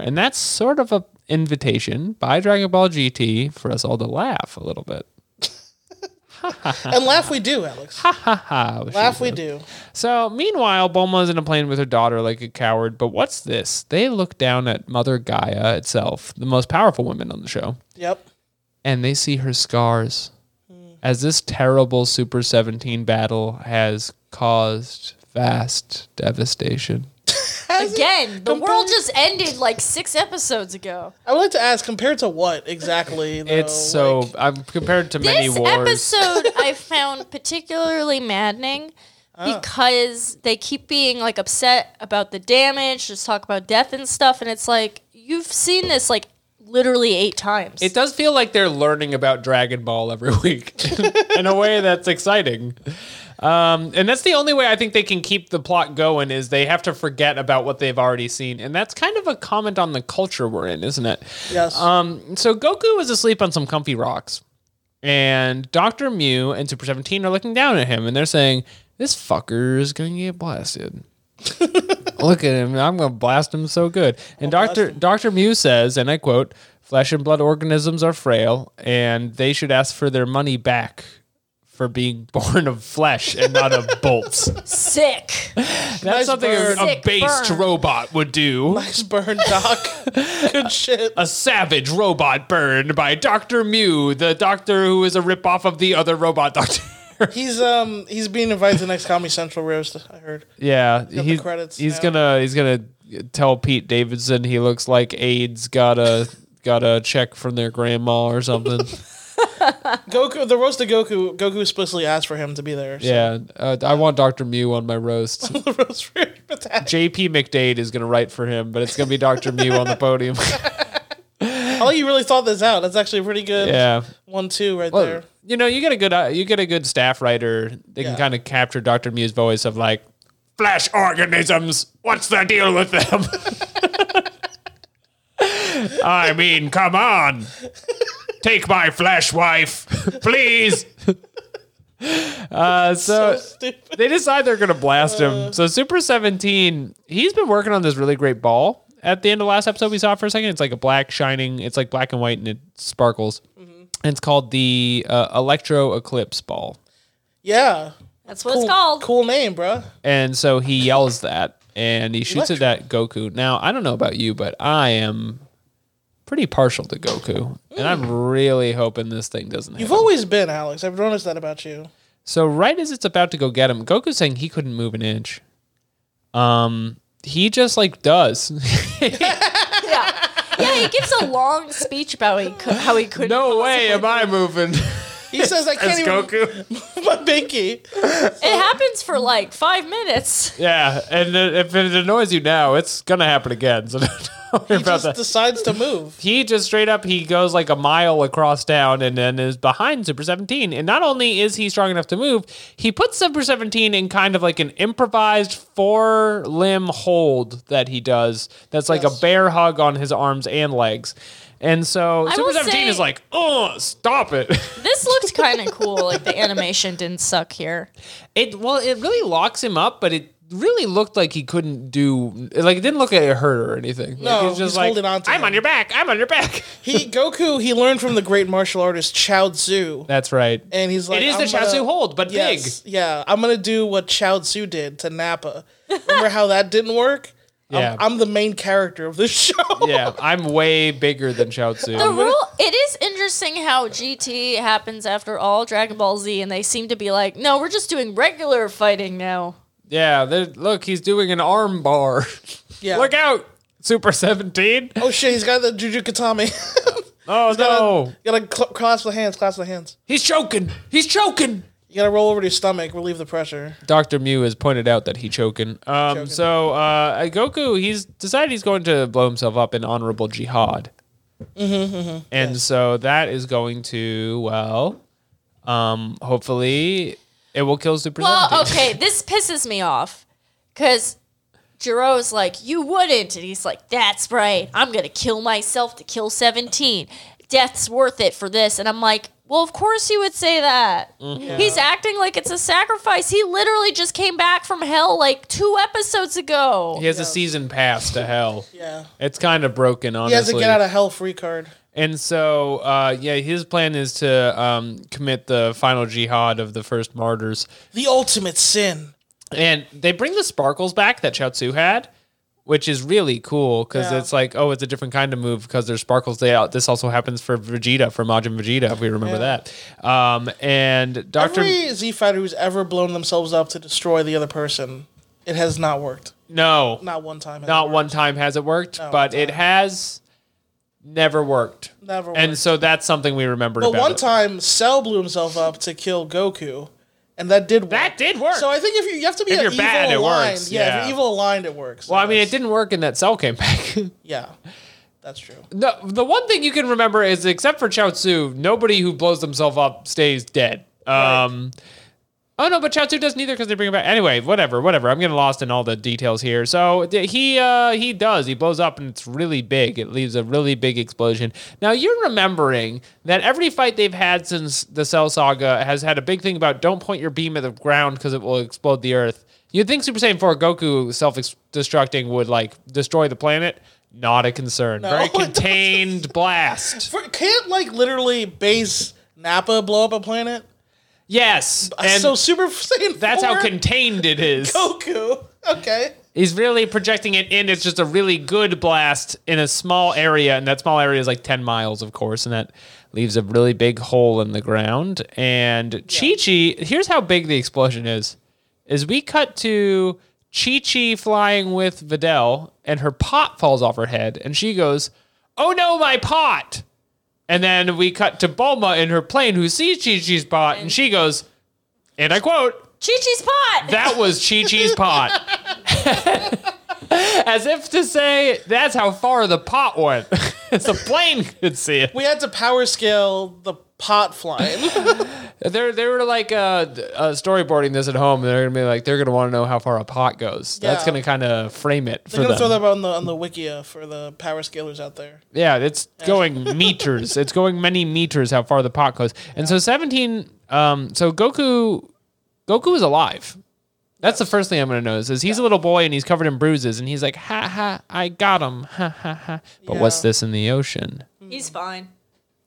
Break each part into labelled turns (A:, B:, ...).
A: And that's sort of a invitation by Dragon Ball GT for us all to laugh a little bit.
B: and laugh we do, Alex.
A: Ah, we should-
B: laugh we do.
A: So, meanwhile, Bulma's in a plane with her daughter like a coward. But what's this? They look down at Mother Gaia itself, the most powerful woman on the show,
B: Yep.
A: and they see her scars.
B: Hmm.
A: As this terrible Super 17 battle has caused vast devastation.
C: Again, the world just ended like six episodes ago.
B: I would like to ask, compared to what exactly? Though?
A: It's so
B: Oh, Like,
A: I'm compared to many
C: this
A: wars.
C: episode I found particularly maddening because they keep being like upset about the damage, just talk about death and stuff, and it's like you've seen this like literally eight times.
A: It does feel like they're learning about Dragon Ball every week in a way that's exciting. Um, and that's the only way I think they can keep the plot going is they have to forget about what they've already seen. And that's kind of a comment on the culture we're in, isn't it?
B: yes.
A: Um, so Goku is asleep on some comfy rocks. And Dr. Mew and Super 17 are looking down at him and they're saying, This fucker is going to get blasted. Look at him. I'm going to blast him so good. And Dr. Dr. Mew says, and I quote, Flesh and blood organisms are frail and they should ask for their money back for being born of flesh and not of bolts.
C: Sick.
A: That's something a,
B: burn.
A: a
C: Sick
A: based
C: burn.
A: robot would do.
B: nice burn, Doc. Good shit.
A: a savage robot burned by Dr. Mew, the doctor who is a ripoff of the other robot doctor.
B: He's um he's being invited to the next Comedy Central roast. I heard.
A: yeah, he's,
B: credits
A: he's
B: now.
A: gonna he's gonna tell Pete Davidson he looks like AIDS got a got a check from their grandma or something.
B: Goku, the roast of Goku. Goku explicitly asked for him to be there. So
A: yeah, uh, I want Dr. Mew on my roast.
B: the roast for but that.
A: JP McDade is gonna write for him, but it's gonna be Dr. Mew on the podium.
B: All you really thought this out. That's actually a pretty good.
A: yeah.
B: One two right
A: Well,
B: there.
A: you know, you get a good uh, you get a good staff writer. They can
B: Yeah.
A: kind of capture Doctor Mew's voice of like flash organisms. What's the deal with them? I mean, come on, take my flash wife, please. Uh, so,
B: so stupid.
A: they decide they're gonna blast him. So Super Seventeen, he's been working on this really great ball. At the end of last episode, we saw it for a second. It's like a black shining. It's like black and white, and it sparkles. And it's called the uh, Electro Eclipse Ball.
B: Yeah.
C: That's what
B: Cool,
C: it's called.
B: cool name, bruh.
A: And so he yells that, and he shoots it at Goku. Now I don't know about you, but I am pretty partial to Goku, and I'm really hoping this thing doesn't.
B: You've
A: hit him.
B: always been Alex. I've noticed that about you.
A: So right as it's about to go get him, Goku's saying he couldn't move an inch. Um, he just like does.
C: Yeah. Yeah, he gives a long speech about he cou- how he couldn't.
A: no way am
C: possibly-
A: I moving.
B: He says I can't
A: As
B: even
A: Goku.
B: my binky.
C: It happens for like five minutes.
A: Yeah, and uh, if it annoys you now, it's gonna happen again. So don't worry
B: He
A: about
B: just
A: that.
B: decides to move.
A: he just straight up he goes like a mile across town and then is behind Super 17. And not only is he strong enough to move, he puts Super 17 in kind of like an improvised four limb hold that he does. That's like a bear hug on his arms and legs. And so
C: I
A: Super
C: will
A: 17 is
C: say-
A: like, oh, stop it.
C: This looked kind of cool. Like the animation didn't suck here.
A: It well, it really locks him up, but it really looked like he couldn't do like it didn't look like it hurt or anything. like,
B: No,
A: it was just
B: he's
A: like,
B: holding on to
A: I'm
B: him."
A: on your back. I'm on your back.
B: He Goku. He learned from the great martial artist Chao Tzu,
A: That's right.
B: and he's like,
A: it is the
B: "I'm
A: Chaozu
B: gonna-
A: hold, but big.
B: Yes, yeah, I'm gonna do what Chao Tzu did to Nappa. Remember how that didn't work? I'm-
A: Yeah.
B: I'm, the main character of this show.
A: yeah, I'm way bigger than
C: The
A: Chaozu.
C: rule. It is interesting how GT happens after all Dragon Ball Z, and they seem to be like, no, we're just doing regular fighting now.
A: Yeah, there- look, he's doing an arm bar.
B: Yeah.
A: look out, Super 17.
B: Oh shit, he's got the Juju Katami.
A: Oh
B: gotta,
A: no,
B: You gotta cl- clasp the hands, clasp the hands.
A: he's choking. He's choking.
B: You gotta roll over to your stomach, relieve the pressure.
A: Doctor Mew has pointed out that he choking. Um, so uh, Goku, he's decided he's going to blow himself up in honorable jihad,
B: Mm-hmm.
A: and so that is going to well, um, hopefully, it will kill Super
C: Well,
A: 17.
C: okay, this pisses me off because Jiro's like, you wouldn't, and he's like, that's right. I'm gonna kill myself to kill 17. Death's worth it for this, and I'm like, Well, of course he would say that. He's acting like it's a sacrifice. He literally just came back from hell like two episodes ago.
A: He has a season pass to hell.
B: Yeah.
A: It's kind of broken, honestly.
B: He has a get out of hell free card.
A: And so, uh, yeah, his plan is to um, commit the final jihad of the first martyrs.
B: The ultimate sin.
A: And they bring the sparkles back that Chaozu had, which is really cool because
B: Yeah.
A: it's like, oh, it's a different kind of move because there's sparkles. They out. This also happens for Vegeta, for Majin Vegeta, if we remember that. Um, and Doctor,
B: Every Z fighter who's ever blown themselves up to destroy the other person, it has not worked.
A: no,
B: Not one time. has it
A: not
B: worked.
A: one time has it worked,
B: No,
A: but it
B: it's
A: has never worked.
B: Never
A: And
B: worked.
A: so that's something we remembered.
B: But
A: about
B: one
A: it.
B: time, Cell blew himself up to kill Goku, and that did work.
A: that did work.
B: So I think if you, you have to be
A: If
B: an
A: you're
B: evil
A: bad, it
B: aligned,
A: works,
B: yeah, if
A: yeah.
B: you're evil aligned, it works.
A: well, I mean, it didn't work, and that cell came back.
B: Yeah, that's true.
A: No, the one thing you can remember is, except for Chao Tzu, nobody who blows themselves up stays dead. Um, Oh no, but Chao Tzu doesn't either because they bring him back. Anyway, whatever, whatever. I'm getting lost in all the details here. So th- he uh, he does. He blows up, and it's really big. It leaves a really big explosion. Now you're remembering that every fight they've had since the Cell Saga has had a big thing about don't point your beam at the ground because it will explode the Earth. You'd think Super Saiyan 4 Goku self-destructing would like destroy the planet. Not a concern. Very
B: it doesn't.
A: contained blast.
B: For, can't like literally base Nappa blow up a planet?
A: Yes, and
B: Uh, so Super Saiyan.
A: that's how
B: 4
A: contained it is.
B: Goku. Okay.
A: He's really projecting it in. It's just a really good blast in a small area, and that small area is like ten miles, of course, and that leaves a really big hole in the ground. And Chi Chi, here's how big the explosion is: is we cut to Chi Chi flying with Videl, and her pot falls off her head, and she goes, "Oh no, my pot!" And then we cut to Bulma in her plane, who sees Chi Chi's pot, and she goes, and I quote.
C: Chi Chi's pot!
A: That was Chi Chi's pot. As if to say, that's how far the pot went. the plane could see it.
B: We had to power scale the pot flying.
A: They're, they were like uh, d- uh, storyboarding this at home. They're going to be like, they're going to want to know how far a pot goes. That's
B: Yeah.
A: going to kind of frame it for
B: I'm gonna
A: them.
B: throw that on the on the wikia for the power scalers out there.
A: Yeah, it's going meters. It's going many meters how far the pot goes. And so 17 um so Goku Goku is alive. That's the first thing I'm going to notice is he's a little boy and he's covered in bruises and he's like ha ha I got him ha ha ha. But what's
B: Yeah.
A: this in the ocean?
C: He's fine.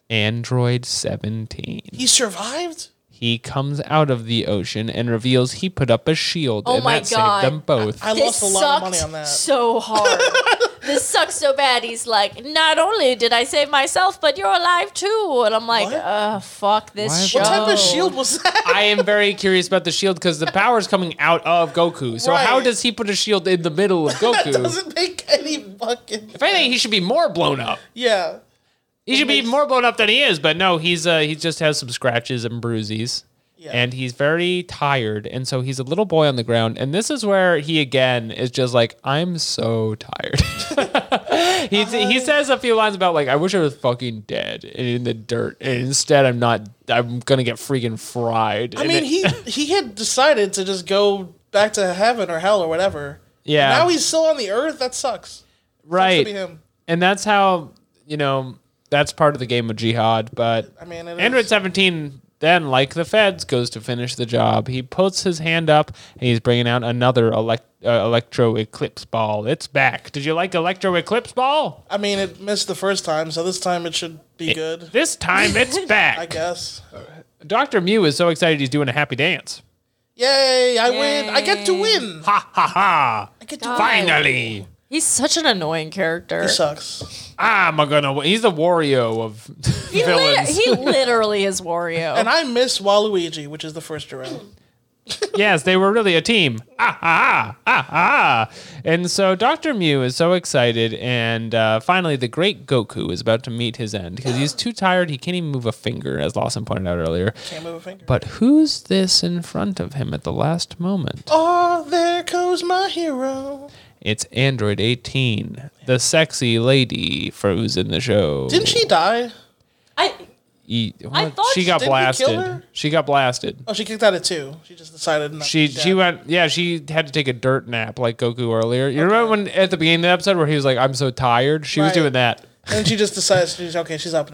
A: Android 17.
B: He survived.
A: He comes out of the ocean and reveals he put up a shield
C: Oh
A: and
C: my
A: that
C: God.
A: saved them both.
B: I
C: this
B: lost a lot of
C: sucked
B: money on that.
C: so hard. this sucks so bad. He's like, not only did I save myself, but you're alive too. And I'm like,
B: What?
C: uh, fuck this
A: Why-
C: show.
B: What type of shield was that?
A: I am very curious about the shield because the power is coming out of Goku. So how
B: Right.
A: does he put a shield in the middle of Goku?
B: That doesn't make any fucking.
A: If anything, he should be more blown up.
B: Yeah.
A: He should be more blown up than he is, but no, he's uh, he just has some scratches and bruises.
B: Yeah.
A: And he's very tired, and so he's a little boy on the ground. And this is where he again is just like, "I'm so tired." he he says a few lines about like, "I wish I was fucking dead and in the dirt, and instead I'm not. I'm gonna get freaking fried."
B: I mean, he he had decided to just go back to heaven or hell or whatever.
A: Yeah.
B: Now he's still on the earth. That sucks.
A: right,
B: Should be him.
A: and that's how you know that's part of the game of jihad. But
B: I mean, it
A: Android
B: is-
A: 17 then, like the feds, goes to finish the job. He puts his hand up and he's bringing out another elect- uh, Electro Eclipse ball. It's back. Did you like Electro Eclipse ball?
B: I mean, it missed the first time, so this time it should be good.
A: This time it's
B: I
A: back.
B: guess.
A: Dr. Mew is so excited he's doing a happy dance.
B: Yay! I win. I get to win.
A: Ha ha ha.
B: I get to win.
A: Finally.
C: He's such an annoying character.
B: It sucks.
A: Ah, I'm gonna. win. He's the Wario of
C: He, lit-
A: villains.
C: he literally is Wario.
B: And I miss Waluigi, which is the first round.
A: yes, they were really a team. Ah, ah, ah, ah, ah. And so Dr. Mew is so excited, and uh, finally, the great Goku is about to meet his end because he's too tired. He can't even move a finger, as Lawson pointed out earlier.
B: Can't move a finger.
A: But who's this in front of him at the last moment?
B: Oh, there goes my hero.
A: It's Android 18, the sexy lady for who's in the show.
B: Didn't she die?
C: I,
A: He-
C: I
A: what?
C: thought
A: she
C: she-
A: got
B: didn't he kill
A: blasted.
B: her?
A: She got blasted.
B: Oh, she kicked out at two. She just decided not.
A: She
B: to
A: she went yeah she had to take a dirt nap like Goku earlier. You remember when at the beginning of the episode where he was like I'm so tired. She was
B: Right.
A: doing that.
B: And she just decides she's okay. She's up now.